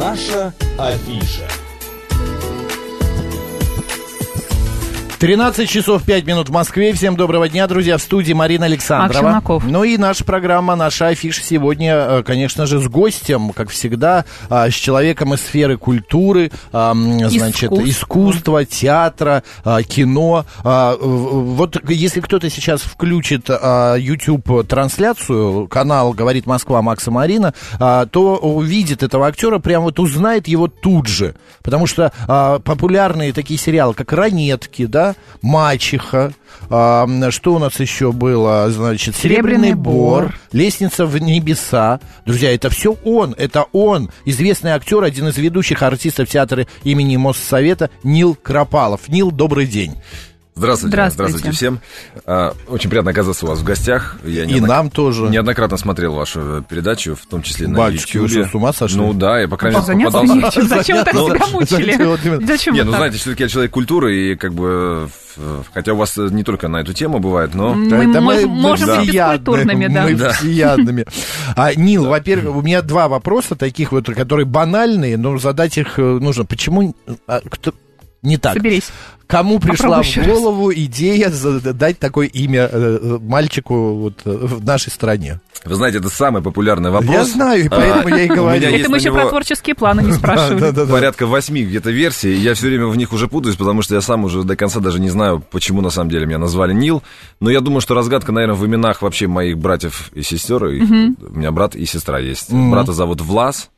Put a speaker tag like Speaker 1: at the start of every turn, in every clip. Speaker 1: Афиша, афиша.
Speaker 2: 13 часов 5 минут в Москве. Всем доброго дня, друзья. В студии Марина Александрова.
Speaker 3: Макс Челноков.
Speaker 2: Ну и наша программа, наша афиша сегодня, э, конечно же, с гостем, как всегда, э, с человеком из сферы культуры, э, м, значит,
Speaker 3: Искусство.
Speaker 2: искусства, театра, э, кино. Э, в- Вот если кто-то сейчас включит э, YouTube-трансляцию, канал «Говорит Москва» Макса Марина, э, то увидит этого актера, прям вот узнает его тут же. Потому что э, популярные такие сериалы, как «Ранетки», да, «Мачеха», э, что у нас еще было, значит, «Серебряный,
Speaker 3: «Серебряный
Speaker 2: бор»,
Speaker 3: бор».
Speaker 2: «Лестница в небеса». Друзья, это все он, это он, известный актер, один из ведущих артистов театра имени Моссовета Нил Кропалов. Нил, добрый день.
Speaker 4: Здравствуйте.
Speaker 3: Здравствуйте.
Speaker 4: всем. А, Очень приятно оказаться у вас в гостях. Я
Speaker 2: И
Speaker 4: неоднок-
Speaker 2: нам тоже.
Speaker 4: Неоднократно смотрел вашу э, передачу, в том числе на
Speaker 2: Батюшки, вы
Speaker 4: Ютьюбе.
Speaker 2: что, с ума сошли?
Speaker 4: Ну да, я по крайней мере
Speaker 3: Заняться
Speaker 4: попадался-
Speaker 3: нечем. Зачем вы так
Speaker 2: Ну,
Speaker 3: себя
Speaker 2: знаете, вот именно.
Speaker 3: мучили? Зачем
Speaker 4: Не,
Speaker 3: вы
Speaker 4: ну
Speaker 3: так?
Speaker 4: знаете, все-таки я человек культуры, и как бы... э, Хотя у вас э, не только на эту тему бывает, но...
Speaker 3: М,
Speaker 2: Да,
Speaker 3: Мы
Speaker 2: это
Speaker 3: можем- можем быть
Speaker 2: всеядные,
Speaker 3: бескультурными, да.
Speaker 2: Мы
Speaker 4: Да.
Speaker 2: всеядными. А, Нил, во-первых, у меня два вопроса таких вот, которые банальные, но задать их э, нужно. Почему а, кто- не так?
Speaker 3: Соберись.
Speaker 2: Кому пришла
Speaker 3: Попробуй
Speaker 2: в
Speaker 3: еще раз.
Speaker 2: голову идея за- дать такое имя э, э, мальчику вот э, в нашей стране?
Speaker 4: Вы знаете, это самый популярный вопрос. А,
Speaker 2: Я знаю, и поэтому я и говорю.
Speaker 4: меня есть
Speaker 3: Это мы
Speaker 4: на
Speaker 3: еще
Speaker 4: него-
Speaker 3: про творческие планы не спрашивали.
Speaker 2: Да-да-да.
Speaker 4: Порядка восьми где-то версий, и я все время в них уже путаюсь, потому что я сам уже до конца даже не знаю, почему на самом деле меня назвали Нил. Но я думаю, что разгадка, наверное, в именах вообще моих братьев и сестер. И У меня брат и сестра есть.
Speaker 2: Мгм.
Speaker 4: Брата зовут Влас,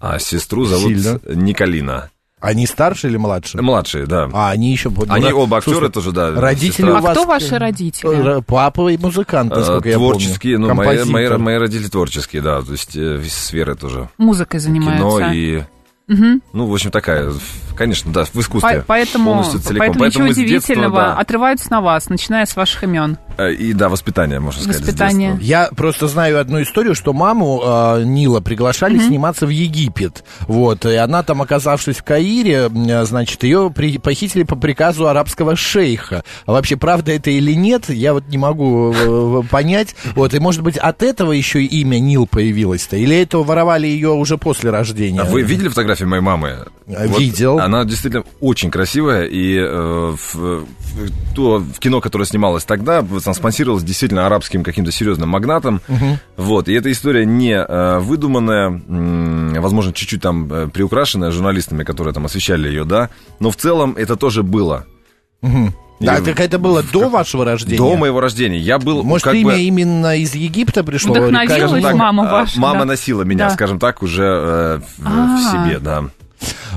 Speaker 4: а сестру зовут
Speaker 2: Сильно.
Speaker 4: Николина.
Speaker 2: Они старше или младше?
Speaker 4: Младшие, да.
Speaker 2: А, они еще...
Speaker 4: Они оба актеры
Speaker 2: Слушай,
Speaker 4: тоже, да.
Speaker 2: родители
Speaker 4: сестра.
Speaker 2: у
Speaker 3: А
Speaker 2: вас-
Speaker 3: кто ваши родители?
Speaker 2: э, Папа и музыкант, насколько
Speaker 4: Э,
Speaker 2: я помню.
Speaker 4: Творческие, ну, мои, мои,
Speaker 2: Композитор.
Speaker 4: мои родители творческие, да, то есть э, из сферы тоже.
Speaker 3: Музыкой
Speaker 4: Кино
Speaker 3: занимаются.
Speaker 4: и...
Speaker 3: Мгм.
Speaker 4: Ну, в общем, такая, в- конечно, да, в искусстве.
Speaker 3: По- Поэтому,
Speaker 4: полностью целиком.
Speaker 3: поэтому ничего
Speaker 4: из детства,
Speaker 3: удивительного.
Speaker 4: да.
Speaker 3: Отрываются на вас, начиная с ваших имен.
Speaker 4: Э, И да, воспитание, можно сказать. с
Speaker 3: Воспитание.
Speaker 4: детства.
Speaker 2: Я просто знаю одну историю, что маму э, Нила приглашали сниматься в Египет. Вот, и она там, оказавшись в Каире, м, э, значит, ее при- похитили по приказу арабского шейха. А вообще, правда это или нет, я вот не могу э, понять. Вот, и может быть от этого еще и имя Нил появилось-то? Или это воровали ее уже после рождения?
Speaker 4: А Вы видели фотографии моей мамы?
Speaker 2: Э, видел.
Speaker 4: Она действительно очень красивая, и э, в, в- то в кино, которое снималось тогда, там спонсировалось действительно арабским каким-то серьезным магнатом. Вот, и эта история не э, выдуманная, м, возможно, чуть-чуть там э, приукрашенная журналистами, которые там освещали ее, да, но в целом это тоже было.
Speaker 2: Да,
Speaker 4: И
Speaker 2: так это было до вашего рождения?
Speaker 4: До моего рождения. Я был
Speaker 2: Может,
Speaker 4: Ну, как
Speaker 2: имя
Speaker 4: бы...
Speaker 2: именно из Египта пришло?
Speaker 3: Вдохновило
Speaker 2: Река-
Speaker 3: Скажем
Speaker 4: Скажем
Speaker 3: Делалась
Speaker 4: так,
Speaker 3: мама
Speaker 4: э,
Speaker 3: ваша,
Speaker 4: мама
Speaker 3: да.
Speaker 4: носила меня,
Speaker 3: Да.
Speaker 4: скажем так, уже э, в,
Speaker 3: А.
Speaker 4: в себе, да.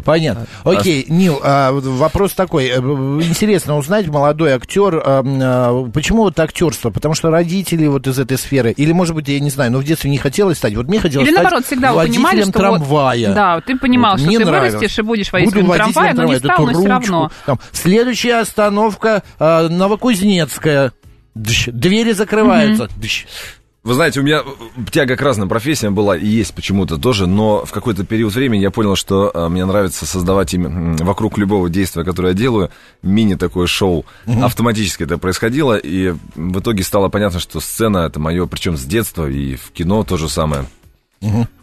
Speaker 2: Понятно. Окей, Нил, а, вот вопрос такой. Э, Интересно узнать, молодой актер, а, м, а, почему вот актерство? Потому что родители вот из этой сферы, или, может быть, я не знаю, но в детстве не хотелось стать. Вот мне хотелось
Speaker 3: Или
Speaker 2: стать
Speaker 3: наоборот, всегда вы
Speaker 2: водителем
Speaker 3: понимали, что вот-
Speaker 2: трамвая.
Speaker 3: да, ты понимал,
Speaker 2: Вот
Speaker 3: что
Speaker 2: мне
Speaker 3: ты
Speaker 2: нравилось.
Speaker 3: вырастешь и будешь
Speaker 2: Буду
Speaker 3: водителем
Speaker 2: водителем
Speaker 3: трамвая, но
Speaker 2: трамвая,
Speaker 3: не стал,
Speaker 2: эту
Speaker 3: но все
Speaker 2: ручку.
Speaker 3: равно.
Speaker 2: Там, следующая остановка а, Новокузнецкая. Дщ. Двери закрываются. Дщ.
Speaker 4: Вы знаете, у меня э, тяга к разным профессиям была и есть почему-то тоже, но в какой-то период времени я понял, что э, мне нравится создавать им, м, вокруг любого действия, которое я делаю, мини такое шоу. Автоматически это происходило, и в итоге стало понятно, что сцена это мое, причем с детства и в кино то же самое.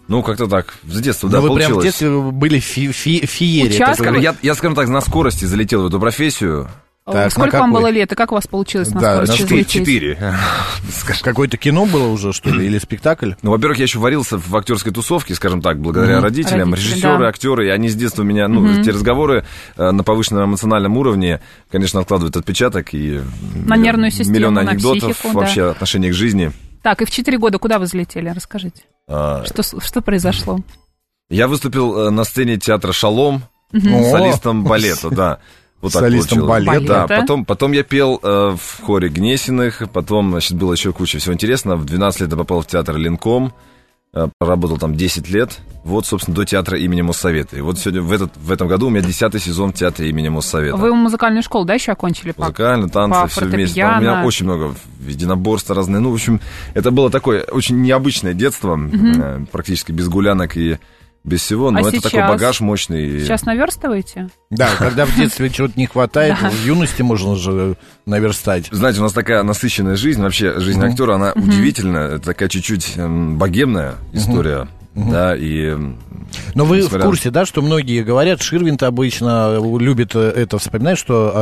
Speaker 4: Ну, как-то так, с детства, да,
Speaker 2: Но Ну, вы
Speaker 4: получилось.
Speaker 2: прям в детстве были фи- фи- феерии.
Speaker 3: Участ-
Speaker 2: так
Speaker 4: Я, я, скажем так, на скорости залетел в эту профессию.
Speaker 3: О,
Speaker 2: Так, на
Speaker 3: Сколько вам
Speaker 2: какой?
Speaker 3: было лет, и как у вас получилось на
Speaker 2: Да,
Speaker 3: скорости
Speaker 2: на
Speaker 4: Четыре.
Speaker 3: взлететь?
Speaker 4: четыре. Скажем
Speaker 2: сказать. Э, Какое-то кино было уже, что ли, или спектакль?
Speaker 4: Ну, во-первых, я еще варился в актерской тусовке, скажем так, благодаря родителям,
Speaker 3: Родители,
Speaker 4: режиссеры,
Speaker 3: да.
Speaker 4: актеры, и они с детства меня, ну, те разговоры э, на повышенном эмоциональном уровне, конечно, откладывают отпечаток и
Speaker 3: На
Speaker 4: м,
Speaker 3: нервную систему,
Speaker 4: миллион
Speaker 3: на
Speaker 4: анекдотов,
Speaker 3: психику, да.
Speaker 4: вообще отношение к жизни.
Speaker 3: Так, и в 4 года куда вы взлетели? Расскажите.
Speaker 4: А,
Speaker 3: Что, с- что произошло?
Speaker 4: Я выступил э, на сцене театра Шалом
Speaker 2: О!
Speaker 4: солистом балета, да. Вот так
Speaker 2: Солистом
Speaker 4: получилось.
Speaker 3: балета.
Speaker 4: Да, потом, потом я пел э, в хоре Гнесиных, потом, значит, было еще куча всего интересного. В 12 лет я попал в театр Линком, э, проработал там 10 лет. Вот, собственно, до театра имени Моссовета. И вот сегодня, в, этот, в этом году у меня 10 сезон в театре имени Моссовета.
Speaker 3: Вы музыкальную школу, да, еще окончили? Пак?
Speaker 4: Музыкально, танцы,
Speaker 3: по
Speaker 4: все вместе. Там у меня
Speaker 3: фортепиано.
Speaker 4: очень много единоборства разные. Ну, в общем, это было такое очень необычное детство, э, практически без гулянок и без всего. Но это такой
Speaker 3: А сейчас?
Speaker 4: багаж мощный.
Speaker 3: Сейчас наверстываете?
Speaker 2: Да, когда в детстве чего-то не хватает, в юности можно же наверстать.
Speaker 4: Знаете, у нас такая насыщенная жизнь, вообще жизнь актера, она удивительная, это такая чуть-чуть эм, богемная история. да, и...
Speaker 2: Но вы в
Speaker 4: несмотря на-
Speaker 2: курсе, да, что многие говорят, Ширвинт обычно любит э, это вспоминать, что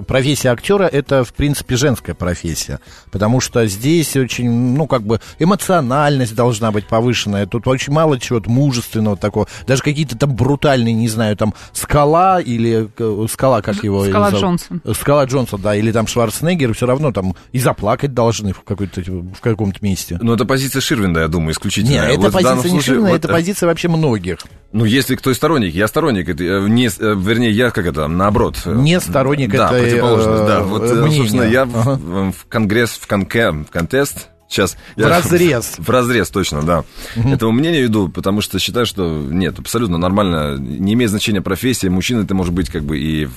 Speaker 2: э, профессия актера это, в принципе, женская профессия. Потому что здесь очень, ну, как бы эмоциональность должна быть повышенная. Тут очень мало чего-то мужественного такого. Даже какие-то там брутальные, не знаю, там скала или э, скала, как его
Speaker 3: Скала
Speaker 2: зовут?
Speaker 3: Джонсон.
Speaker 2: Скала Джонсон, да, или там Шварценеггер, все равно там и заплакать должны в, какой-то, в каком-то месте.
Speaker 4: Ну, это позиция Ширвинда, я думаю, исключительно.
Speaker 2: Нет, это
Speaker 4: Вот в данном
Speaker 2: позиция не
Speaker 4: случае,
Speaker 2: Ширвина,
Speaker 4: вот,
Speaker 2: это
Speaker 4: э,
Speaker 2: позиция вообще многих.
Speaker 4: Ну, если кто и сторонник, я сторонник, это, э, не, с- э, вернее, я как это, наоборот. э,
Speaker 2: Не сторонник
Speaker 4: да,
Speaker 2: этой,
Speaker 4: противоположность,
Speaker 2: э,
Speaker 4: да. Вот, э,
Speaker 2: мнения.
Speaker 4: собственно, я в-
Speaker 2: Ага.
Speaker 4: в, в конгресс, в конке, в контест, сейчас...
Speaker 2: В разрез.
Speaker 4: В разрез, точно, да. Этого мнения иду, потому что считаю, что нет, абсолютно нормально, не имеет значения профессия, мужчина ты можешь быть как бы и... в-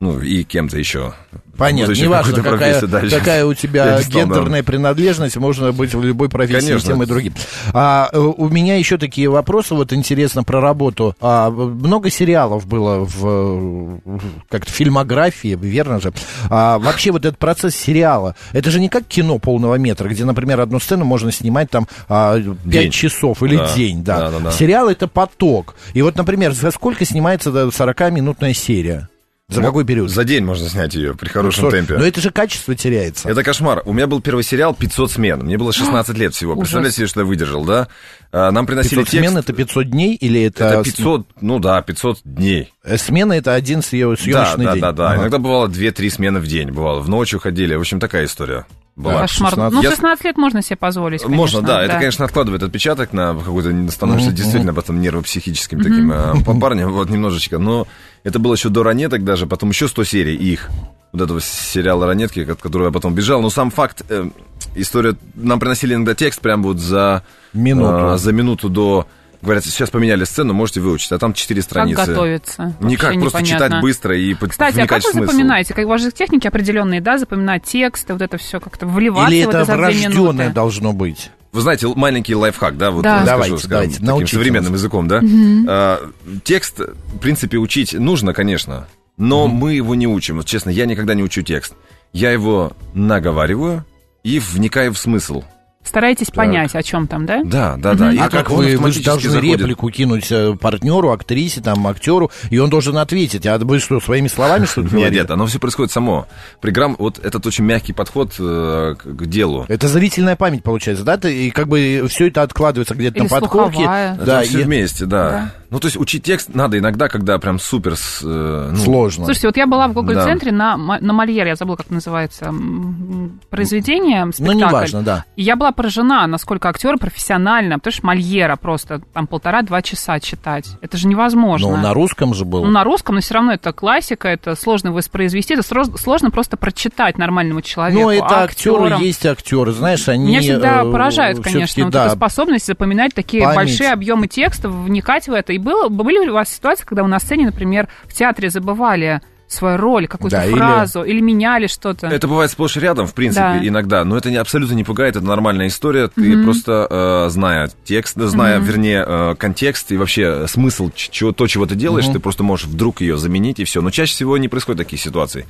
Speaker 4: Ну, и кем-то еще.
Speaker 2: Понятно,
Speaker 4: Будущей
Speaker 2: неважно,
Speaker 4: какой-то
Speaker 2: какая,
Speaker 4: профессии, да, сейчас.
Speaker 2: какая у тебя
Speaker 4: Я не стал, да.
Speaker 2: гендерная принадлежность, можно быть в любой профессии
Speaker 4: Конечно.
Speaker 2: и тем и другим. А, э, у меня еще такие вопросы, вот интересно про работу. А, много сериалов было в, э, в как-то фильмографии, верно же? А, вообще вот этот процесс сериала, это же не как кино полного метра, где, например, одну сцену можно снимать там 5
Speaker 4: День.
Speaker 2: часов или
Speaker 4: Да.
Speaker 2: день, да.
Speaker 4: Да-да-да.
Speaker 2: Сериал это поток. И вот, например, за сколько снимается да, 40-минутная серия? За
Speaker 4: Ну,
Speaker 2: какой период?
Speaker 4: За день можно снять ее при хорошем
Speaker 2: Сор-
Speaker 4: темпе.
Speaker 2: Но это же качество теряется.
Speaker 4: Это кошмар. У меня был первый сериал 500 смен. Мне было 16 лет всего.
Speaker 3: Ужас.
Speaker 4: Представляете себе, что я выдержал, да? А, Нам приносили
Speaker 2: 500
Speaker 4: текст.
Speaker 2: смен это 500 дней или это...
Speaker 4: Это 500, ну да, 500 дней.
Speaker 2: э, Смена это один съё-
Speaker 4: Да,
Speaker 2: съемочный
Speaker 4: да,
Speaker 2: день.
Speaker 4: да, да.
Speaker 2: Ага.
Speaker 4: Иногда бывало 2-3 смены в день. Бывало. В ночь уходили. В общем, такая история была.
Speaker 3: Кошмар.
Speaker 2: 16.
Speaker 3: Ну,
Speaker 4: Я-
Speaker 3: 16 лет можно себе позволить, конечно.
Speaker 4: Можно, да. Это, конечно, откладывает отпечаток на какой-то... Становишься действительно потом нервопсихическим таким э, по парню. Вот, немножечко. Но это было еще до «Ранеток» даже. Потом еще 100 серий их. Вот этого сериала «Ранетки», от которого я потом бежал. Но сам факт... э, История... Нам приносили иногда текст прям вот за...
Speaker 2: Минуту.
Speaker 4: а, за минуту до... Говорят, сейчас поменяли сцену, можете выучить, а там 4
Speaker 3: Как
Speaker 4: страницы.
Speaker 3: готовиться?
Speaker 4: Никак,
Speaker 3: Вообще
Speaker 4: просто
Speaker 3: непонятно.
Speaker 4: читать быстро и под-
Speaker 3: Кстати, а как
Speaker 4: вникать
Speaker 3: вы
Speaker 4: в смысл.
Speaker 3: запоминаете? Как у вас же техники определенные, да, запоминать тексты, вот это все как-то вливаться
Speaker 2: Или
Speaker 3: в
Speaker 2: это
Speaker 3: это за две
Speaker 2: врожденное
Speaker 3: минуты?
Speaker 2: должно быть?
Speaker 4: Вы знаете, л- маленький лайфхак, да? Вот
Speaker 3: Да.
Speaker 4: расскажу,
Speaker 2: Давайте,
Speaker 4: скажем,
Speaker 2: давайте,
Speaker 4: таким
Speaker 2: научите
Speaker 4: современным
Speaker 2: нас.
Speaker 4: языком, да? А, текст, в принципе, учить нужно, конечно, но мы его не учим. Вот честно, я никогда не учу текст. Я его наговариваю и вникаю в смысл.
Speaker 3: Стараетесь понять, о чем там, да?
Speaker 4: Да, да, да. И
Speaker 2: а
Speaker 4: это
Speaker 2: как
Speaker 4: он
Speaker 2: вы, вы же
Speaker 4: автоматически
Speaker 2: должны
Speaker 4: заходит.
Speaker 2: реплику кинуть э, партнеру, актрисе, там, актеру, и он должен ответить. А вы что, своими словами что-то
Speaker 4: Нет,
Speaker 2: говорите?
Speaker 4: нет, оно все происходит само. Приграмм, вот этот очень мягкий подход э, к к делу.
Speaker 2: Это зрительная память получается, да? Ты- И как бы все это откладывается где-то
Speaker 3: Или
Speaker 2: на подкорке.
Speaker 3: слуховая.
Speaker 2: Да,
Speaker 4: все
Speaker 2: и-
Speaker 4: вместе, да.
Speaker 3: Да.
Speaker 4: Ну, то есть учить текст надо иногда, когда прям супер... с, э, ну,
Speaker 2: сложно.
Speaker 3: Слушайте, вот я была в Google
Speaker 4: Да.
Speaker 3: центре на, Ма- на Мольере, я забыла, как называется м, произведение,
Speaker 2: ну,
Speaker 3: спектакль.
Speaker 2: неважно, да.
Speaker 3: И я была поражена, насколько актеры профессионально, потому что Мольера просто там полтора-два часа читать. Это же невозможно.
Speaker 2: Ну, на русском же было.
Speaker 3: Ну, на русском, но все равно это классика, это сложно воспроизвести, это сроз- сложно просто прочитать нормальному человеку.
Speaker 2: Но это
Speaker 3: а
Speaker 2: актеры
Speaker 3: актерам-
Speaker 2: есть актеры, знаешь, они...
Speaker 3: Меня всегда
Speaker 2: э,
Speaker 3: поражает,
Speaker 2: всё-таки,
Speaker 3: конечно, вот
Speaker 2: да,
Speaker 3: эта способность запоминать такие
Speaker 2: Память.
Speaker 3: большие объемы текста, вникать в это. И было, были ли у вас ситуации, когда вы на сцене, например, в театре забывали свою роль, какую-то
Speaker 2: Да, или-
Speaker 3: фразу, или... меняли что-то?
Speaker 4: Это бывает сплошь и рядом, в принципе,
Speaker 3: Да.
Speaker 4: иногда. Но это не, абсолютно не пугает, это нормальная история. Ты просто, э, зная текст, э, зная, вернее, э, контекст и вообще смысл ч- чего, то, чего ты делаешь, ты просто можешь вдруг ее заменить и все. Но чаще всего не происходят такие ситуации.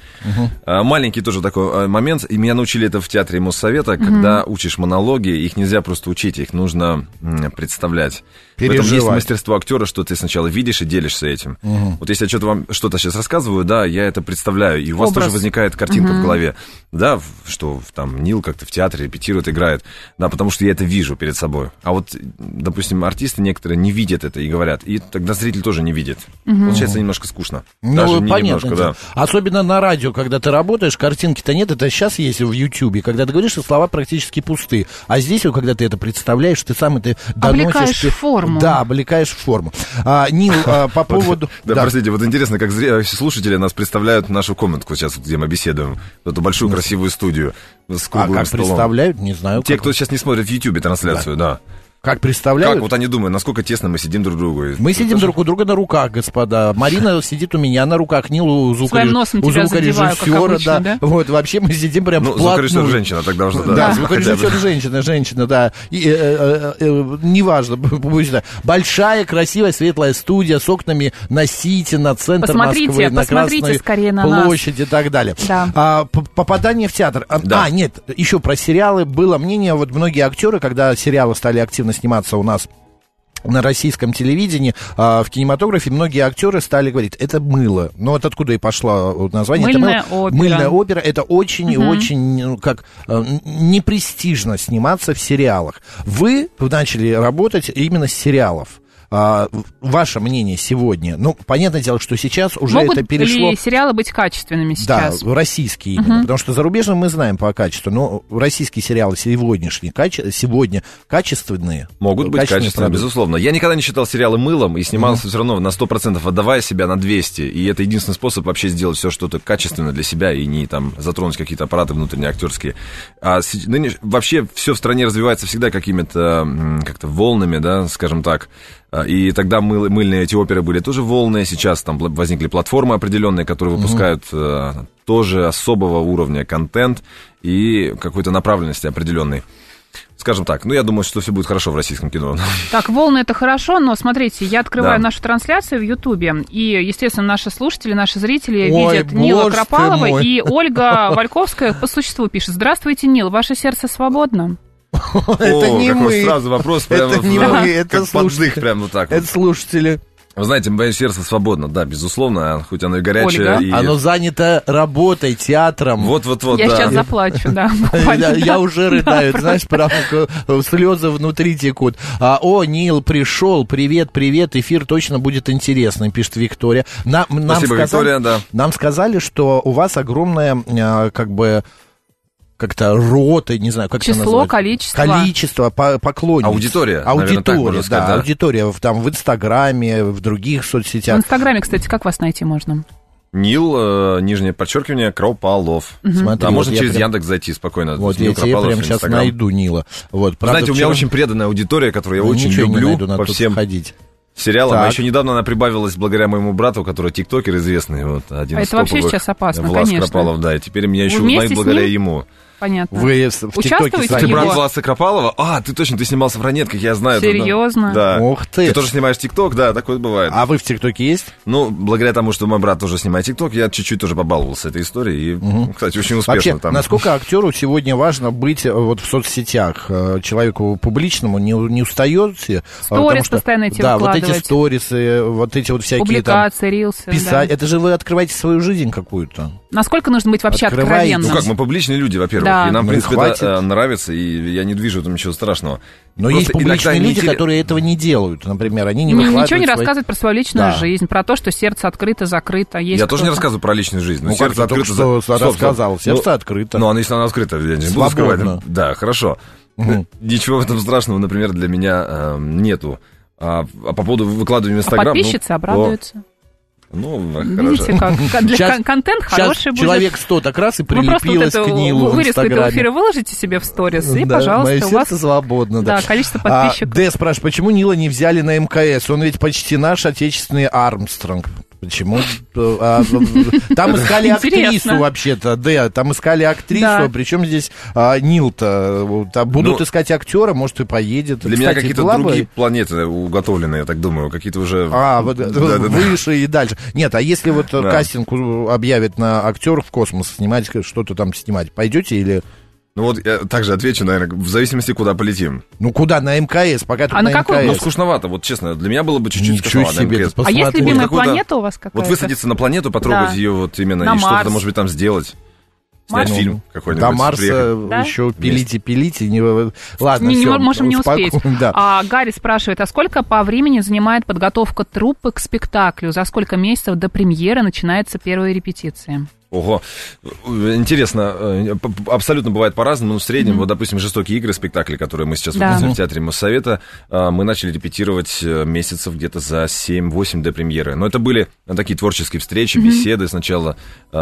Speaker 4: А, маленький тоже такой э, момент. И меня научили это в театре Моссовета, когда учишь монологи, их нельзя просто учить, их нужно м, представлять. В этом есть
Speaker 2: Переживать.
Speaker 4: мастерство актера, что ты сначала видишь и делишься этим. Вот если я что-то вам что-то сейчас рассказываю, да, я это представляю, и у вас
Speaker 3: Образ.
Speaker 4: тоже возникает картинка в голове, да, в- что в- там Нил как-то в театре репетирует, играет, да, потому что я это вижу перед собой. А вот, допустим, артисты некоторые не видят это и говорят, и тогда зритель тоже не видит. Получается немножко скучно. Даже мне немножко,
Speaker 2: Ну, дело.
Speaker 4: да.
Speaker 2: Особенно на радио, когда ты работаешь, картинки-то нет, это сейчас есть в Ютьюбе, когда ты говоришь, и слова практически пусты. А здесь, вот, когда ты это представляешь, ты сам это доносишь.
Speaker 3: Облекаешь
Speaker 2: ты-
Speaker 3: форму.
Speaker 2: Да, облекаешь форму. А, Нил, а, по поводу...
Speaker 4: Да,
Speaker 2: Да.
Speaker 4: простите, вот интересно, как зре- слушатели нас представляют нашу комнатку сейчас, где мы беседуем, вот эту большую красивую студию с
Speaker 2: Ну, А
Speaker 4: круглым
Speaker 2: как
Speaker 4: столом.
Speaker 2: представляют, не знаю.
Speaker 4: Те,
Speaker 2: как,
Speaker 4: кто сейчас не смотрит в Ютубе трансляцию, да.
Speaker 2: как
Speaker 4: Как
Speaker 2: представляют?
Speaker 4: вот они думают, насколько тесно мы сидим друг другу.
Speaker 2: Мы сидим друг у друга на руках, господа. Марина сидит у меня на руках, Нил у, звукореж...
Speaker 3: Своим носом
Speaker 2: у
Speaker 3: тебя
Speaker 2: звукорежиссера.
Speaker 3: задеваю, как обычно, да?
Speaker 2: Вот, вообще мы сидим прям
Speaker 4: Ну,
Speaker 2: вплотную.
Speaker 4: звукорежиссер женщина, так должна, да.
Speaker 2: Да,
Speaker 4: хотя бы.
Speaker 2: звукорежиссер женщина, женщина, да. И, э, э, э, Неважно, пусть да. Большая, красивая, светлая студия с окнами на Сити, на центр
Speaker 3: Посмотрите,
Speaker 2: Москвы, на
Speaker 3: посмотрите
Speaker 2: Красной
Speaker 3: скорее на нас.
Speaker 2: площади и так далее.
Speaker 3: Да.
Speaker 2: А, п- попадание в театр. А,
Speaker 4: Да.
Speaker 2: а, нет, еще про сериалы было мнение, вот многие актеры, когда сериалы стали активно сниматься у нас на российском телевидении, а, в кинематографе многие актеры стали говорить, это мыло. Но вот откуда и пошло вот название.
Speaker 3: Мыльная
Speaker 2: это мыло.
Speaker 3: опера.
Speaker 2: Мыльная опера. Это очень и
Speaker 3: Мгм.
Speaker 2: очень, ну, как, э, непрестижно сниматься в сериалах. Вы начали работать именно с сериалов. А, в- ваше мнение сегодня? Ну, понятное дело, что сейчас уже
Speaker 3: Могут
Speaker 2: это перешло...
Speaker 3: ли сериалы быть качественными
Speaker 2: Да,
Speaker 3: сейчас?
Speaker 2: российские именно, потому что зарубежные мы знаем по качеству, но российские сериалы сегодняшние, каче- сегодня качественные.
Speaker 4: Могут быть
Speaker 2: качественные
Speaker 4: качественными,
Speaker 2: продукты.
Speaker 4: безусловно. Я никогда не считал сериалы мылом и снимался все равно на 100%, отдавая себя на 200. И это единственный способ вообще сделать все что-то качественно для себя и не там затронуть какие-то аппараты внутренние актерские. А с- ныне- вообще все в стране развивается всегда какими-то м, как-то волнами, да, скажем так. А, И тогда мыл- мыльные эти оперы были тоже волны. Сейчас там пла- возникли платформы определенные, которые выпускают э, тоже особого уровня контент и какой-то направленности определенной. Скажем так, ну я думаю, что все будет хорошо в российском кино.
Speaker 3: Так, волны это хорошо, но смотрите, я открываю
Speaker 4: Да.
Speaker 3: нашу трансляцию в Ютубе, и, естественно, наши слушатели, наши зрители
Speaker 2: Ой,
Speaker 3: видят Нила
Speaker 2: боже ты
Speaker 3: Кропалова
Speaker 2: мой.
Speaker 3: и Ольга Вальковская по существу пишет. Здравствуйте, Нил, ваше сердце свободно.
Speaker 2: Это
Speaker 4: О,
Speaker 2: не
Speaker 4: какой
Speaker 2: мы.
Speaker 4: сразу вопрос прямо
Speaker 2: Это не
Speaker 4: в-
Speaker 2: мы, это
Speaker 4: как под
Speaker 2: слушатели.
Speaker 4: дых прям вот так. вот.
Speaker 2: Это слушатели.
Speaker 4: Вы знаете, мое сердце свободно, да, безусловно, а хоть оно и горячее.
Speaker 3: Ольга.
Speaker 4: и-
Speaker 2: Оно занято работой, театром.
Speaker 4: Вот-вот-вот,
Speaker 3: я сейчас
Speaker 4: да.
Speaker 3: заплачу, да.
Speaker 2: Ну Э, Я,
Speaker 3: буквально.
Speaker 2: я уже рыдаю, знаешь, прям к- слезы внутри текут. А, о, Нил пришел, привет, привет, эфир точно будет интересным, пишет Виктория. На- нам
Speaker 4: Спасибо,
Speaker 2: сказали-
Speaker 4: Виктория, да.
Speaker 2: Нам сказали, что у вас огромное, э, как бы, как-то роты, не знаю, как это
Speaker 3: Число,
Speaker 2: называется?
Speaker 3: количество.
Speaker 2: Количество по- поклонников.
Speaker 4: Аудитория, наверное, так
Speaker 2: Аудитория,
Speaker 4: можно сказать,
Speaker 2: да,
Speaker 4: да.
Speaker 2: аудитория в- там в Инстаграме, в других соцсетях.
Speaker 3: В Инстаграме, кстати, как вас найти можно?
Speaker 4: Нил, э, нижнее подчеркивание, Кропалов.
Speaker 2: Смотри,
Speaker 4: Да,
Speaker 2: вот
Speaker 4: А можно
Speaker 2: я
Speaker 4: через
Speaker 2: прям-
Speaker 4: Яндекс зайти спокойно.
Speaker 2: Вот
Speaker 4: Нил
Speaker 2: я тебе
Speaker 4: Кропалов,
Speaker 2: прямо сейчас
Speaker 4: Инстаграм.
Speaker 2: найду Нила. Вот, правда,
Speaker 4: Знаете, у меня
Speaker 2: вчера-
Speaker 4: очень преданная аудитория, которую я
Speaker 2: Ну,
Speaker 4: очень
Speaker 2: ничего не
Speaker 4: люблю
Speaker 2: найду, надо
Speaker 4: по
Speaker 2: тут
Speaker 4: всем
Speaker 2: ходить.
Speaker 4: сериалам. А
Speaker 2: Так.
Speaker 4: еще недавно она прибавилась благодаря моему брату, который тиктокер известный. Вот, один
Speaker 3: А
Speaker 4: из
Speaker 3: это вообще
Speaker 4: топовых.
Speaker 3: сейчас опасно,
Speaker 4: Влас
Speaker 3: конечно.
Speaker 4: Кропалов, да. И теперь меня
Speaker 3: Вы
Speaker 4: еще
Speaker 3: вместе
Speaker 4: узнают
Speaker 3: с
Speaker 4: благодаря
Speaker 3: ним?
Speaker 4: ему.
Speaker 3: Понятно.
Speaker 2: Вы с- в ТикТоке
Speaker 3: Участвуете
Speaker 4: Ты
Speaker 2: сами.
Speaker 3: Его.
Speaker 4: брат Власа Кропалова? А, ты точно, ты снимался в «Ранетках», я знаю. это, да.
Speaker 3: Серьезно?
Speaker 4: Да.
Speaker 2: Ух ты.
Speaker 4: Ты тоже снимаешь ТикТок, да, такое бывает.
Speaker 2: А вы в ТикТоке есть?
Speaker 4: Ну, благодаря тому, что мой брат тоже снимает ТикТок, я чуть-чуть тоже побаловался этой историей. И, ну, кстати, очень успешно
Speaker 2: Вообще,
Speaker 4: там.
Speaker 2: насколько актеру сегодня важно быть э, вот в соцсетях? э, Человеку публичному не, у- не устаете? э, потому
Speaker 3: Сторис
Speaker 2: что-
Speaker 3: постоянно эти
Speaker 2: Да, вот эти
Speaker 3: выкладывать.
Speaker 2: сторисы, э, вот эти вот всякие там...
Speaker 3: Публикации, рилсы. да.
Speaker 2: Писать. Это же вы открываете свою жизнь какую-то.
Speaker 3: Насколько нужно быть вообще
Speaker 2: Открываете.
Speaker 4: Ну
Speaker 3: откровенным?
Speaker 4: как, мы публичные люди, во-первых.
Speaker 3: Да.
Speaker 4: И
Speaker 2: Ну
Speaker 4: нам, в
Speaker 2: и
Speaker 4: принципе,
Speaker 2: хватит.
Speaker 4: это э, нравится, и я не вижу там ничего страшного.
Speaker 2: Но
Speaker 4: Просто
Speaker 2: есть
Speaker 4: иногда
Speaker 2: публичные люди,
Speaker 4: неинтере-
Speaker 2: которые этого не делают. Например, они не
Speaker 3: Н-
Speaker 2: выкладывают
Speaker 3: Ну, Ничего не
Speaker 2: свои-
Speaker 3: рассказывать про свою личную
Speaker 2: Да.
Speaker 3: жизнь, про то, что сердце открыто, закрыто. Есть
Speaker 4: Я тоже не
Speaker 3: кто-то.
Speaker 4: рассказываю про личную жизнь. но
Speaker 2: Ну, как
Speaker 4: сердце
Speaker 2: ты только
Speaker 4: открыто.
Speaker 2: что
Speaker 4: за- Стоп, стоп.
Speaker 2: рассказал, сердце
Speaker 4: Ну,
Speaker 2: открыто.
Speaker 4: Ну, оно, если оно открыто, я не буду
Speaker 2: Свободно.
Speaker 4: скрывать. Да, хорошо.
Speaker 2: Мгм.
Speaker 4: Ничего в этом страшного, например, для меня э, нету. А, а по поводу выкладывания в
Speaker 3: А
Speaker 4: Инстаграм... ну,
Speaker 3: подписчицы обрадуются.
Speaker 4: о, Ну,
Speaker 3: Видите,
Speaker 4: хорошо.
Speaker 3: как кон- для
Speaker 2: Щас-
Speaker 3: кон- контент
Speaker 2: Сейчас
Speaker 3: хороший будет.
Speaker 2: человек 100 так раз и
Speaker 3: Вы просто вот
Speaker 2: прилепилось
Speaker 3: эту
Speaker 2: к Нилу в
Speaker 3: вырезку этого
Speaker 2: Инстаграме.
Speaker 3: эфира выложите себе в сторис, и,
Speaker 2: Да, мое
Speaker 3: пожалуйста, у вас
Speaker 2: сердце свободно, да.
Speaker 3: да, количество
Speaker 2: А,
Speaker 3: подписчиков.
Speaker 2: Дэ спрашивает, почему Нила не взяли на МКС? Он ведь почти наш отечественный Армстронг. Почему? А, Там искали актрису
Speaker 3: Интересно.
Speaker 2: вообще-то, да, там искали актрису,
Speaker 3: Да.
Speaker 2: причем здесь а, Нил-то. Вот, а Будут
Speaker 4: Ну,
Speaker 2: искать актера, может, и поедет.
Speaker 4: Для меня
Speaker 2: Кстати,
Speaker 4: какие-то
Speaker 2: была бы-
Speaker 4: другие планеты уготовлены, я так думаю, какие-то уже...
Speaker 2: А, вот,
Speaker 4: Да, да, да.
Speaker 2: выше и дальше. Нет, а если вот э,
Speaker 4: Да.
Speaker 2: кастинг у- объявят на актеров в космос снимать, что-то там снимать, пойдете или...
Speaker 4: Ну вот я также отвечу, наверное, в зависимости, куда полетим.
Speaker 2: Ну, куда? На МКС? Пока только
Speaker 3: А на
Speaker 2: на
Speaker 3: какой
Speaker 4: Ну,
Speaker 2: МКС.
Speaker 4: скучновато, вот честно, для меня было бы чуть-чуть
Speaker 2: А Ничего
Speaker 4: скучновато.
Speaker 2: себе,
Speaker 4: МКС.
Speaker 2: ты
Speaker 3: А есть
Speaker 2: посмотри.
Speaker 3: любимая
Speaker 4: Какой-то-
Speaker 3: планета у вас какая-то?
Speaker 4: Вот высадиться на планету, потрогать
Speaker 3: Да.
Speaker 4: ее вот именно,
Speaker 3: На
Speaker 4: и что-то,
Speaker 3: Марс.
Speaker 4: может быть, там сделать. Снять
Speaker 3: Марс.
Speaker 4: фильм какой-нибудь.
Speaker 2: Ну, До Марса
Speaker 4: приехать.
Speaker 3: Да?
Speaker 2: еще пилите, пилите. Не... Ладно,
Speaker 3: Не- не
Speaker 2: всё,
Speaker 3: можем не успеть.
Speaker 2: успокоим, да.
Speaker 3: А Гарри спрашивает, а сколько по времени занимает подготовка труппы к спектаклю? За сколько месяцев до премьеры начинается первые репетиции?
Speaker 4: Ого, интересно, э, п- п- абсолютно бывает по-разному, но в среднем, вот, допустим, «Жестокие игры», спектакли, которые мы сейчас
Speaker 3: Да.
Speaker 4: выпустили
Speaker 2: Мгм.
Speaker 4: в Театре Моссовета, э, мы начали репетировать э, месяцев где-то за 7-8 до премьеры. Но это были э, такие творческие встречи, беседы сначала. э,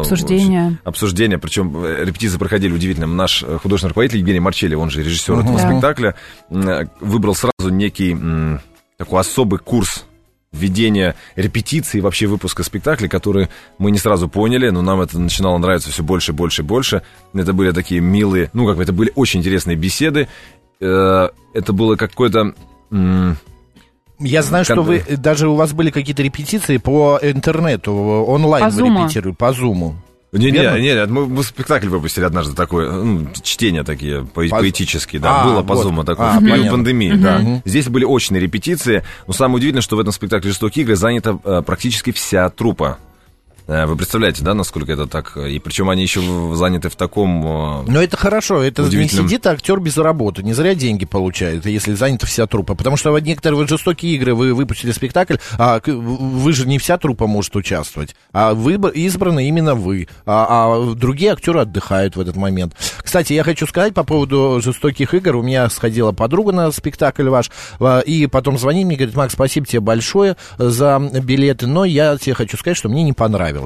Speaker 3: Обсуждения.
Speaker 4: Обсуждения, причем э, репетиции проходили удивительно. Наш э, художественный руководитель Евгений Марчелли, он же режиссер этого
Speaker 3: Да.
Speaker 4: спектакля, м, э, выбрал сразу некий м, такой особый курс введения репетиции вообще выпуска спектаклей, которые мы не сразу поняли, но нам это начинало нравиться все больше, больше, больше. Это были такие милые, ну как бы это были очень интересные беседы. Э, Это было какое-то... м,
Speaker 2: Я знаю, что
Speaker 4: как-
Speaker 2: вы э, даже у вас были какие-то репетиции по интернету, э, онлайн
Speaker 3: По
Speaker 2: вы
Speaker 3: Зуму.
Speaker 2: репетировали, по зуму.
Speaker 4: Не,
Speaker 2: Верно?
Speaker 4: не, не, мы, мы спектакль выпустили однажды такое, ну, чтения такие по-
Speaker 2: По-
Speaker 4: поэтические, да,
Speaker 2: А,
Speaker 4: было по
Speaker 2: вот.
Speaker 4: зуму такое
Speaker 2: А,
Speaker 4: в период
Speaker 2: понятно.
Speaker 4: пандемии, да. Здесь были очные репетиции, но самое удивительное, что в этом спектакле «Жестокие игры» занята э, практически вся трупа. Э, Вы представляете, да, насколько это так? И причем они еще в- заняты в таком... э,
Speaker 2: Но это хорошо, это не
Speaker 4: Удивительным.
Speaker 2: сидит актер без работы, не зря деньги получает, если занята вся трупа. Потому что вот некоторые вот жестокие игры, вы выпустили спектакль, а к- вы же не вся трупа может участвовать, а выбор избраны именно вы, а, а другие актеры отдыхают в этот момент. Кстати, я хочу сказать по поводу жестоких игр, у меня сходила подруга на спектакль ваш, а, и потом звонит мне, говорит, Макс, спасибо тебе большое за билеты, но я тебе хочу сказать, что мне не понравилось.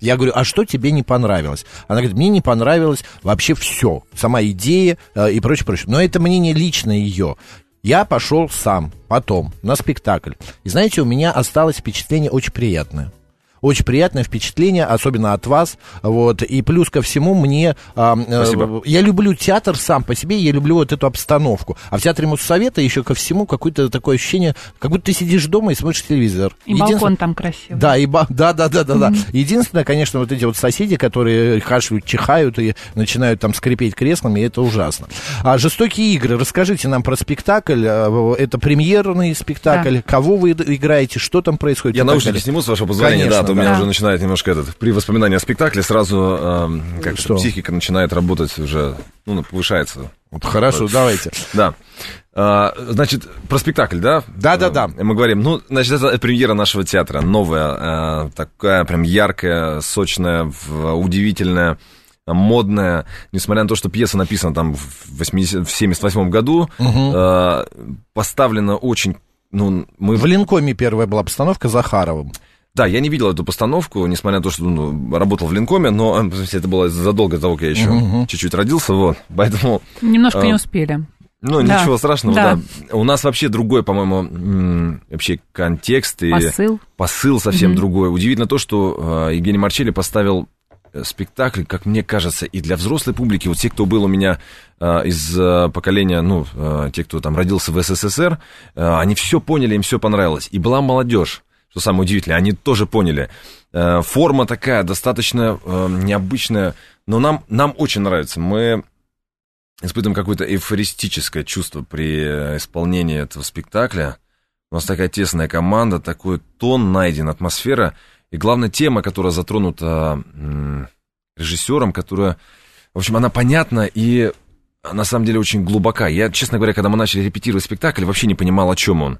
Speaker 2: Я говорю, а что тебе не понравилось? Она говорит, мне не понравилось вообще все. Сама идея э, и прочее, прочее. Но это мнение лично ее. Я пошел сам потом на спектакль. И знаете, у меня осталось впечатление очень приятное. Очень приятное впечатление, особенно от вас. Вот. И плюс ко всему мне... а, э,
Speaker 4: Спасибо.
Speaker 2: Я люблю театр сам по себе, я люблю вот эту обстановку. А в театре Моссовета еще ко всему какое-то такое ощущение, как будто ты сидишь дома и смотришь телевизор.
Speaker 3: И
Speaker 2: Единственное-
Speaker 3: балкон там красивый.
Speaker 2: да, и ба- да, да, да, да, да. Единственное, конечно, вот эти вот соседи, которые кашляют, чихают и начинают там скрипеть креслами, и это ужасно. А жестокие игры. Расскажите нам про спектакль. А, Это премьерный спектакль. Кого вы д- играете? Что там происходит? и
Speaker 4: Я
Speaker 2: так
Speaker 4: наушники
Speaker 2: далее.
Speaker 4: сниму, с вашего позволения,
Speaker 2: Типа Конечно,
Speaker 4: да, а то у меня
Speaker 3: да.
Speaker 4: уже начинает немножко этот... При воспоминании о спектакле сразу эм, как
Speaker 2: Что?
Speaker 4: психика начинает работать уже, ну, повышается.
Speaker 2: Вот Хорошо, давайте.
Speaker 4: Да. А, значит, про спектакль, да?
Speaker 2: Да-да-да.
Speaker 4: Э, Мы говорим, ну, значит, это премьера нашего театра, новая, э, такая прям яркая, сочная, в- удивительная, модная. Несмотря на то, что пьеса написана там в, 80, в 78 году, э, поставлена очень... Ну, мы
Speaker 2: В Линкоме первая была постановка с Захаровым.
Speaker 4: да, я не видел эту постановку, несмотря на то, что ну, работал в Линкоме, но э, в смысле, это было задолго до того, как я еще чуть-чуть родился, вот, поэтому
Speaker 3: Немножко
Speaker 4: А,
Speaker 3: не успели.
Speaker 4: ну,
Speaker 3: Да.
Speaker 4: ничего страшного,
Speaker 3: Да.
Speaker 4: да. У нас вообще другой, по-моему, м, вообще контекст и
Speaker 3: Посыл.
Speaker 4: посыл совсем другой. Удивительно то, что э, Евгений Марчелли поставил э, спектакль, как мне кажется, и для взрослой публики, вот те, кто был у меня э, из э, поколения, ну, э, те, кто там родился в СССР, э, они все поняли, им все понравилось. И была молодежь, что самое удивительное, они тоже поняли. Э, форма такая, достаточно э, необычная, но нам, нам очень нравится. Мы испытываем какое-то эйфористическое чувство при э, исполнении этого спектакля. У нас такая тесная команда, такой тон найден, атмосфера. И главная тема, которая затронута м, режиссером, которая, в общем, она понятна и а, на самом деле очень глубока. Я, честно говоря, когда мы начали репетировать спектакль, вообще не понимал, о чем он.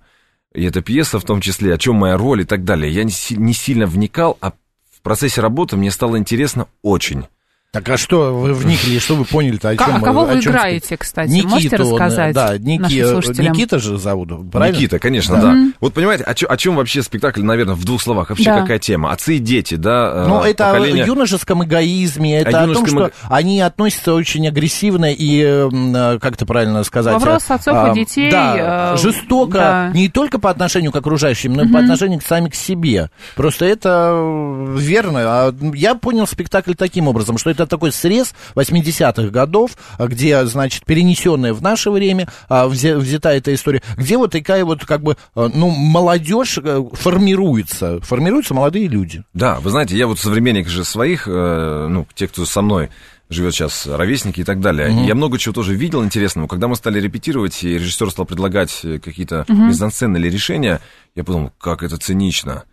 Speaker 4: И эта пьеса в том числе, о чем моя роль и так далее. Я не, си- не сильно вникал, а в процессе работы мне стало интересно очень.
Speaker 2: Так а что вы вникли, что вы поняли-то? О
Speaker 3: Ка-
Speaker 2: чем,
Speaker 3: а кого
Speaker 2: о
Speaker 3: вы
Speaker 2: чем
Speaker 3: играете, кстати?
Speaker 2: Никиту,
Speaker 3: Можете
Speaker 2: он, э,
Speaker 3: рассказать
Speaker 2: Да, Ники- э,
Speaker 3: нашим слушателям?
Speaker 2: Никита же зовут, правильно?
Speaker 4: Никита, конечно,
Speaker 2: Да.
Speaker 4: да. Вот понимаете, о, чё- о чем вообще спектакль, наверное, в двух словах? Вообще
Speaker 3: Да.
Speaker 4: какая тема? Отцы и дети, да? э,
Speaker 2: Ну, это
Speaker 4: поколение-
Speaker 2: о юношеском эгоизме, это о, том,
Speaker 4: юношеском
Speaker 2: что
Speaker 4: эго-
Speaker 2: они относятся очень агрессивно и, эм, э, как это правильно сказать...
Speaker 3: Вопрос
Speaker 2: э,
Speaker 3: отцов и детей,
Speaker 2: Да,
Speaker 3: э,
Speaker 2: жестоко,
Speaker 3: да.
Speaker 2: не только по отношению к окружающим, но и по отношению к сами к себе. Просто это э, верно. А Я понял спектакль таким образом, что это такой срез 80-х годов, а, где, значит, перенесенная в наше время, а, взе- взята эта история, где вот такая вот как бы, э, ну, молодежь э, формируется, формируются молодые люди.
Speaker 4: Да, вы знаете, я вот современник же своих, э, ну, те, кто со мной живет сейчас, ровесники и так далее. И Я много чего тоже видел интересного. Когда мы стали репетировать, и режиссер стал предлагать э, какие-то мизансцены или решения, я подумал, как это цинично.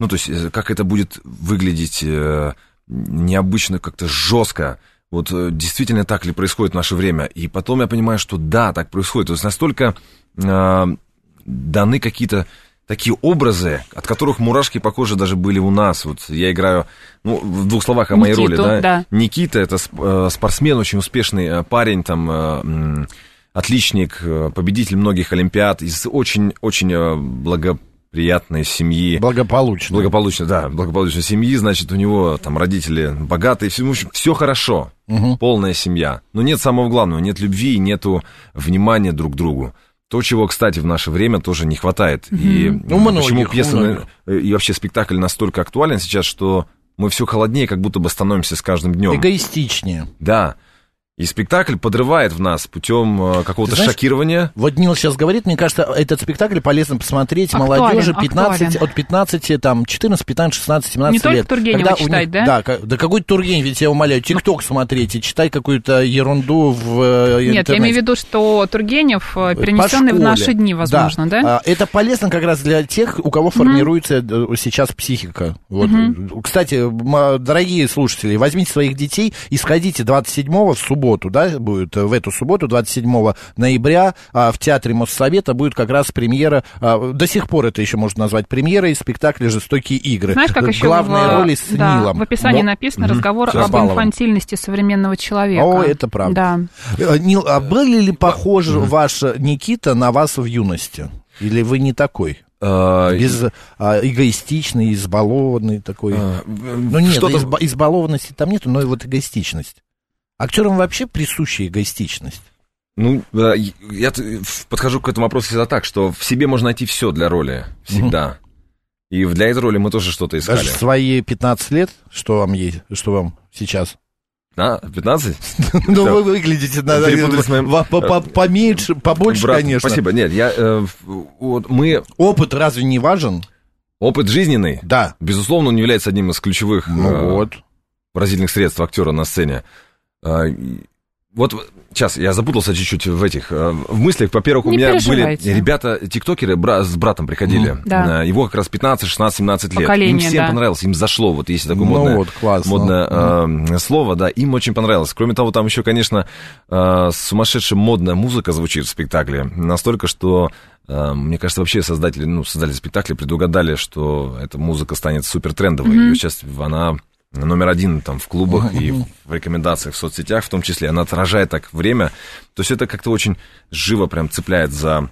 Speaker 4: Ну, то есть, э, как это будет выглядеть э, необычно, как-то жестко. Вот э, действительно так ли происходит в наше время? И потом я понимаю, что да, так происходит. То есть настолько э, даны какие-то такие образы, от которых мурашки по коже даже были у нас. Вот я играю, ну, в двух словах о моей
Speaker 3: Никиту,
Speaker 4: роли, да?
Speaker 3: да.
Speaker 4: Никита это сп- э, спортсмен, очень успешный э, парень, там э, м, отличник, э, победитель многих олимпиад, из очень-очень э, благоприятной семьи.
Speaker 2: Благополучно.
Speaker 4: Благополучно, да, благополучной семьи, значит, у него там родители богатые, все, все хорошо, полная семья. Но нет самого главного, нет любви, и нету внимания друг к другу. То, чего, кстати, в наше время тоже не хватает. И
Speaker 2: Ну, многих,
Speaker 4: почему
Speaker 2: у
Speaker 4: пьеса
Speaker 2: многих.
Speaker 4: э, и вообще спектакль настолько актуален сейчас, что мы все холоднее, как будто бы становимся с каждым днем.
Speaker 2: Эгоистичнее.
Speaker 4: Да. И спектакль подрывает в нас путем э, какого-то
Speaker 2: Ты знаешь,
Speaker 4: шокирования.
Speaker 2: Вот Нил сейчас говорит, мне кажется, этот спектакль полезно посмотреть
Speaker 3: Актуален,
Speaker 2: молодежи 15,
Speaker 3: актуален.
Speaker 2: от 15, там, 14, 15, 16, 17
Speaker 3: Не
Speaker 2: лет.
Speaker 3: только Тургенева
Speaker 2: Когда у
Speaker 3: читать,
Speaker 2: них-
Speaker 3: да? Ну.
Speaker 2: Да, ка- да какой Тургенев, ведь я умоляю, ТикТок смотреть и читай какую-то ерунду в э,
Speaker 3: Нет, я
Speaker 2: интернете.
Speaker 3: имею в виду, что Тургенев э,
Speaker 2: По
Speaker 3: перенесенный в
Speaker 2: школе.
Speaker 3: наши дни, возможно, да?
Speaker 2: А, Это полезно как раз для тех, у кого формируется э, сейчас психика. Вот. Кстати, м- дорогие слушатели, возьмите своих детей и сходите 27-го в субботу, да, будет э, в эту субботу, 27 ноября а, в Театре Моссовета будет как раз премьера, а, до сих пор это еще можно назвать премьерой, спектакля «Жестокие игры».
Speaker 3: Знаешь, как еще
Speaker 2: А, Главные
Speaker 3: в, э,
Speaker 2: роли с
Speaker 3: да,
Speaker 2: Нилом.
Speaker 3: в описании
Speaker 2: Во-
Speaker 3: написано разговор
Speaker 2: Всё,
Speaker 3: об
Speaker 2: Балова.
Speaker 3: инфантильности современного человека.
Speaker 2: О, это правда.
Speaker 3: Да.
Speaker 2: Э, Нил, а были ли похожи ваш Никита на вас в юности? Или вы не такой?
Speaker 4: Э,
Speaker 2: Без а, эгоистичный, избалованный такой.
Speaker 4: э,
Speaker 2: ну нет,
Speaker 4: что-то-
Speaker 2: изба- избалованности там нету, но и вот эгоистичность. Актерам вообще присуща эгоистичность.
Speaker 4: Ну, э, я т- в- подхожу к этому вопросу всегда так, что в себе можно найти все для роли. Всегда. И для этой роли мы тоже что-то искали.
Speaker 2: Даже в свои 15 лет, что вам есть, что вам сейчас?
Speaker 4: А, 15?
Speaker 2: Ну, вы выглядите на-
Speaker 4: Перепутали с моим-
Speaker 2: во- по- по- поменьше, побольше,
Speaker 4: Э, Брат,
Speaker 2: конечно.
Speaker 4: Спасибо. Нет, я... э, в- вот мы...
Speaker 2: Опыт разве не важен?
Speaker 4: Опыт жизненный,
Speaker 2: Да.
Speaker 4: безусловно, он является одним из ключевых
Speaker 2: Ну
Speaker 4: э,
Speaker 2: вот.
Speaker 4: выразительных средств актера на сцене. А, и- Вот сейчас я запутался чуть-чуть в этих э, в мыслях. Во-первых, у
Speaker 3: Не
Speaker 4: меня были
Speaker 3: переживайте.
Speaker 4: ребята тиктокеры бра- с братом приходили.
Speaker 3: Да.
Speaker 4: Э, Его как раз 15, 16, 17 лет. им
Speaker 3: Поколение,
Speaker 4: всем
Speaker 3: да.
Speaker 4: понравилось, им зашло, вот если такое
Speaker 2: Ну
Speaker 4: модное,
Speaker 2: вот, классно.
Speaker 4: модное, э, слово, да, им очень понравилось. Кроме того, там еще, конечно, э, сумасшедшая модная музыка звучит в спектакле. Настолько, что э, мне кажется, вообще создатели, ну, создали спектакли, предугадали, что эта музыка станет супер трендовой. Ее сейчас она номер один там в клубах и в рекомендациях в соцсетях, в том числе, она отражает так время. То есть это как-то очень живо прям цепляет за...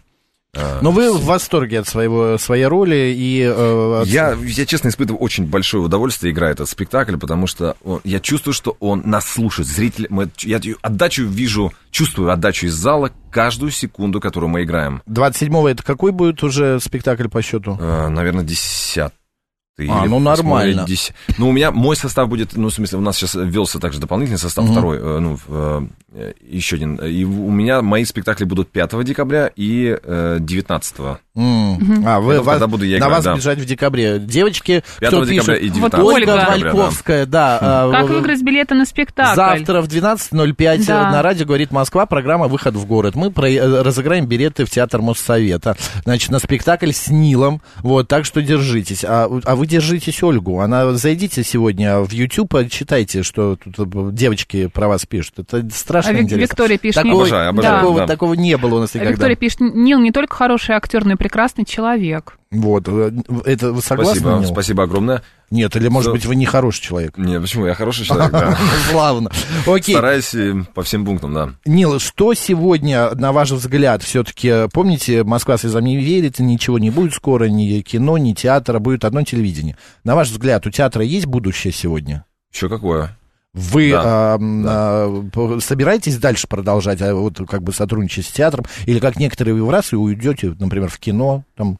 Speaker 4: э,
Speaker 2: Но вы в восторге от своего, своей роли и... э, от-
Speaker 4: Я, я, честно, испытываю очень большое удовольствие, играя этот спектакль, потому что он- я чувствую, что он нас слушает, зритель. Мы, я отдачу вижу, чувствую отдачу из зала каждую секунду, которую мы играем.
Speaker 2: 27-го это какой будет уже спектакль по счету?
Speaker 4: Э, наверное, десятый.
Speaker 2: А,
Speaker 4: или
Speaker 2: ну,
Speaker 4: восьмой,
Speaker 2: нормально.
Speaker 4: или деся- Ну, у меня мой состав будет, ну, в смысле, у нас сейчас ввелся также дополнительный состав, второй, э, ну, в, э, еще один. И у меня мои спектакли будут 5 декабря и э, 19.
Speaker 2: М. А, вы,
Speaker 4: Это
Speaker 2: вас-
Speaker 4: когда буду я
Speaker 2: на
Speaker 4: играть,
Speaker 2: вас
Speaker 4: да.
Speaker 2: бежать в декабре. Девочки,
Speaker 4: 5
Speaker 2: кто
Speaker 4: декабря
Speaker 2: пишет?
Speaker 4: и Хм.
Speaker 3: Вот
Speaker 4: 19
Speaker 2: Ольга
Speaker 3: Ольга
Speaker 4: декабря, да.
Speaker 2: Вальковская, да. а,
Speaker 3: Как
Speaker 2: в-
Speaker 3: выиграть билеты на спектакль?
Speaker 2: Завтра в 12.05
Speaker 3: Да.
Speaker 2: э, на радио «Говорит Москва» программа «Выход в город». Мы про- э, разыграем билеты в Театр Моссовета. Значит, на спектакль с Нилом. Вот, так что держитесь. А, а вы держитесь Ольгу. Она, зайдите сегодня в YouTube, и читайте, что тут э, девочки про вас пишут. Это страшно
Speaker 3: А Вик-
Speaker 2: интересно.
Speaker 3: Виктория пишет,
Speaker 2: Такого-
Speaker 3: не-
Speaker 4: Обожаю, обожаю,
Speaker 2: такого,
Speaker 4: да.
Speaker 2: такого не было у нас никогда.
Speaker 3: Виктория пишет, Нил не только хороший актер, но и прекрасный человек.
Speaker 2: Вот, э, это вы согласны?
Speaker 4: Спасибо,
Speaker 2: Нил?
Speaker 4: спасибо огромное.
Speaker 2: Нет, или, может
Speaker 4: Да.
Speaker 2: быть, вы не хороший человек.
Speaker 4: Нет, почему? Я хороший человек, да.
Speaker 2: Славно. Окей.
Speaker 4: Стараюсь э, по всем пунктам, да.
Speaker 2: Нил, что сегодня, на ваш взгляд, все-таки, помните, Москва слезам не верит, ничего не будет скоро, ни кино, ни театра, будет одно телевидение. На ваш взгляд, у театра есть будущее сегодня?
Speaker 4: Еще какое?
Speaker 2: Вы
Speaker 4: Да.
Speaker 2: а, м, а, п- собираетесь дальше продолжать, а, вот как бы сотрудничать с театром, или как некоторые вы в раз и уйдете, например, в кино, там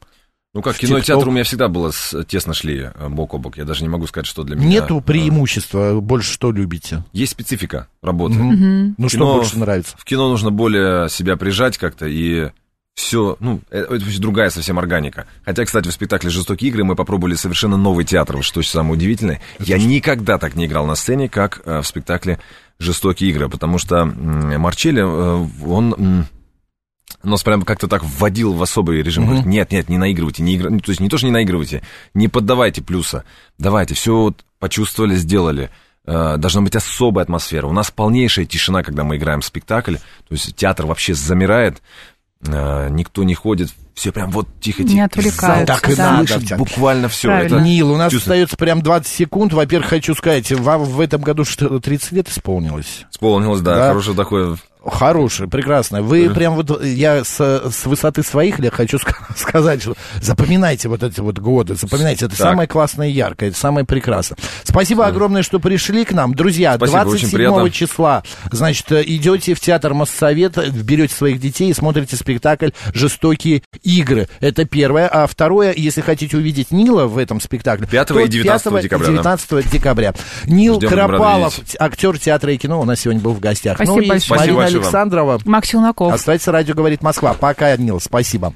Speaker 4: Ну как,
Speaker 2: В
Speaker 4: кино и
Speaker 2: TikTok.
Speaker 4: театр у меня всегда было с- тесно шли э, бок о бок. Я даже не могу сказать, что для меня...
Speaker 2: нету
Speaker 4: э,
Speaker 2: преимущества, больше что любите?
Speaker 4: Есть специфика работы.
Speaker 2: Мгм.
Speaker 3: Мгм.
Speaker 2: Ну что
Speaker 4: Кино-
Speaker 2: больше нравится?
Speaker 4: В кино нужно более себя прижать как-то и все, ну, э, это вообще другая совсем органика. Хотя, кстати, в спектакле «Жестокие игры» мы попробовали совершенно новый театр, что самое удивительное. Я никогда так не играл на сцене, как э, в спектакле «Жестокие игры», потому что м, Марчелли, э, он... м, нас прям как-то так вводил в особый режим. Говорит, нет, нет, не наигрывайте, не игра... ну, то есть не то, что не наигрывайте, не поддавайте плюса. Давайте, все вот почувствовали, сделали. Э, Должна быть особая атмосфера. У нас полнейшая тишина, когда мы играем спектакль. То есть театр вообще замирает. Э, Никто не ходит. Все прям вот тихо-тихо.
Speaker 3: Не отвлекаются,
Speaker 2: Так и да. надо в театре.
Speaker 4: Слышит буквально все.
Speaker 3: Правильно. Да.
Speaker 2: Нил, у нас
Speaker 4: чувствую.
Speaker 2: остается прям 20 секунд. Во-первых, хочу сказать, вам в этом году что 30 лет исполнилось.
Speaker 4: Исполнилось, да,
Speaker 2: Да.
Speaker 4: хороший такой
Speaker 2: Хорошая, прекрасная. Вы прям вот, я с, с высоты своих лет хочу ска- сказать, что запоминайте вот эти вот годы, запоминайте, это
Speaker 4: Так.
Speaker 2: самое классное и яркое, это самое прекрасное. Спасибо огромное, что пришли к нам. Друзья,
Speaker 4: Спасибо, очень
Speaker 2: 27
Speaker 4: приятно.
Speaker 2: числа, значит, э, идете в театр Моссовет, берете своих детей и смотрите спектакль «Жестокие игры». Это первое. А второе, если хотите увидеть Нила в этом спектакле,
Speaker 4: 5
Speaker 2: то
Speaker 4: и 19
Speaker 2: 5
Speaker 4: декабря, да.
Speaker 2: 19 декабря. Нил
Speaker 4: Ждем, рад
Speaker 2: Кропалов,
Speaker 4: видеть.
Speaker 2: т- актер театра и кино, у нас сегодня был в гостях.
Speaker 3: Спасибо
Speaker 2: ну и
Speaker 3: большое.
Speaker 4: Спасибо
Speaker 2: Марина
Speaker 4: большое вам.
Speaker 2: Александрова.
Speaker 3: Макс Челноков.
Speaker 2: Оставайтесь, радио говорит Москва. Пока, Нил, спасибо.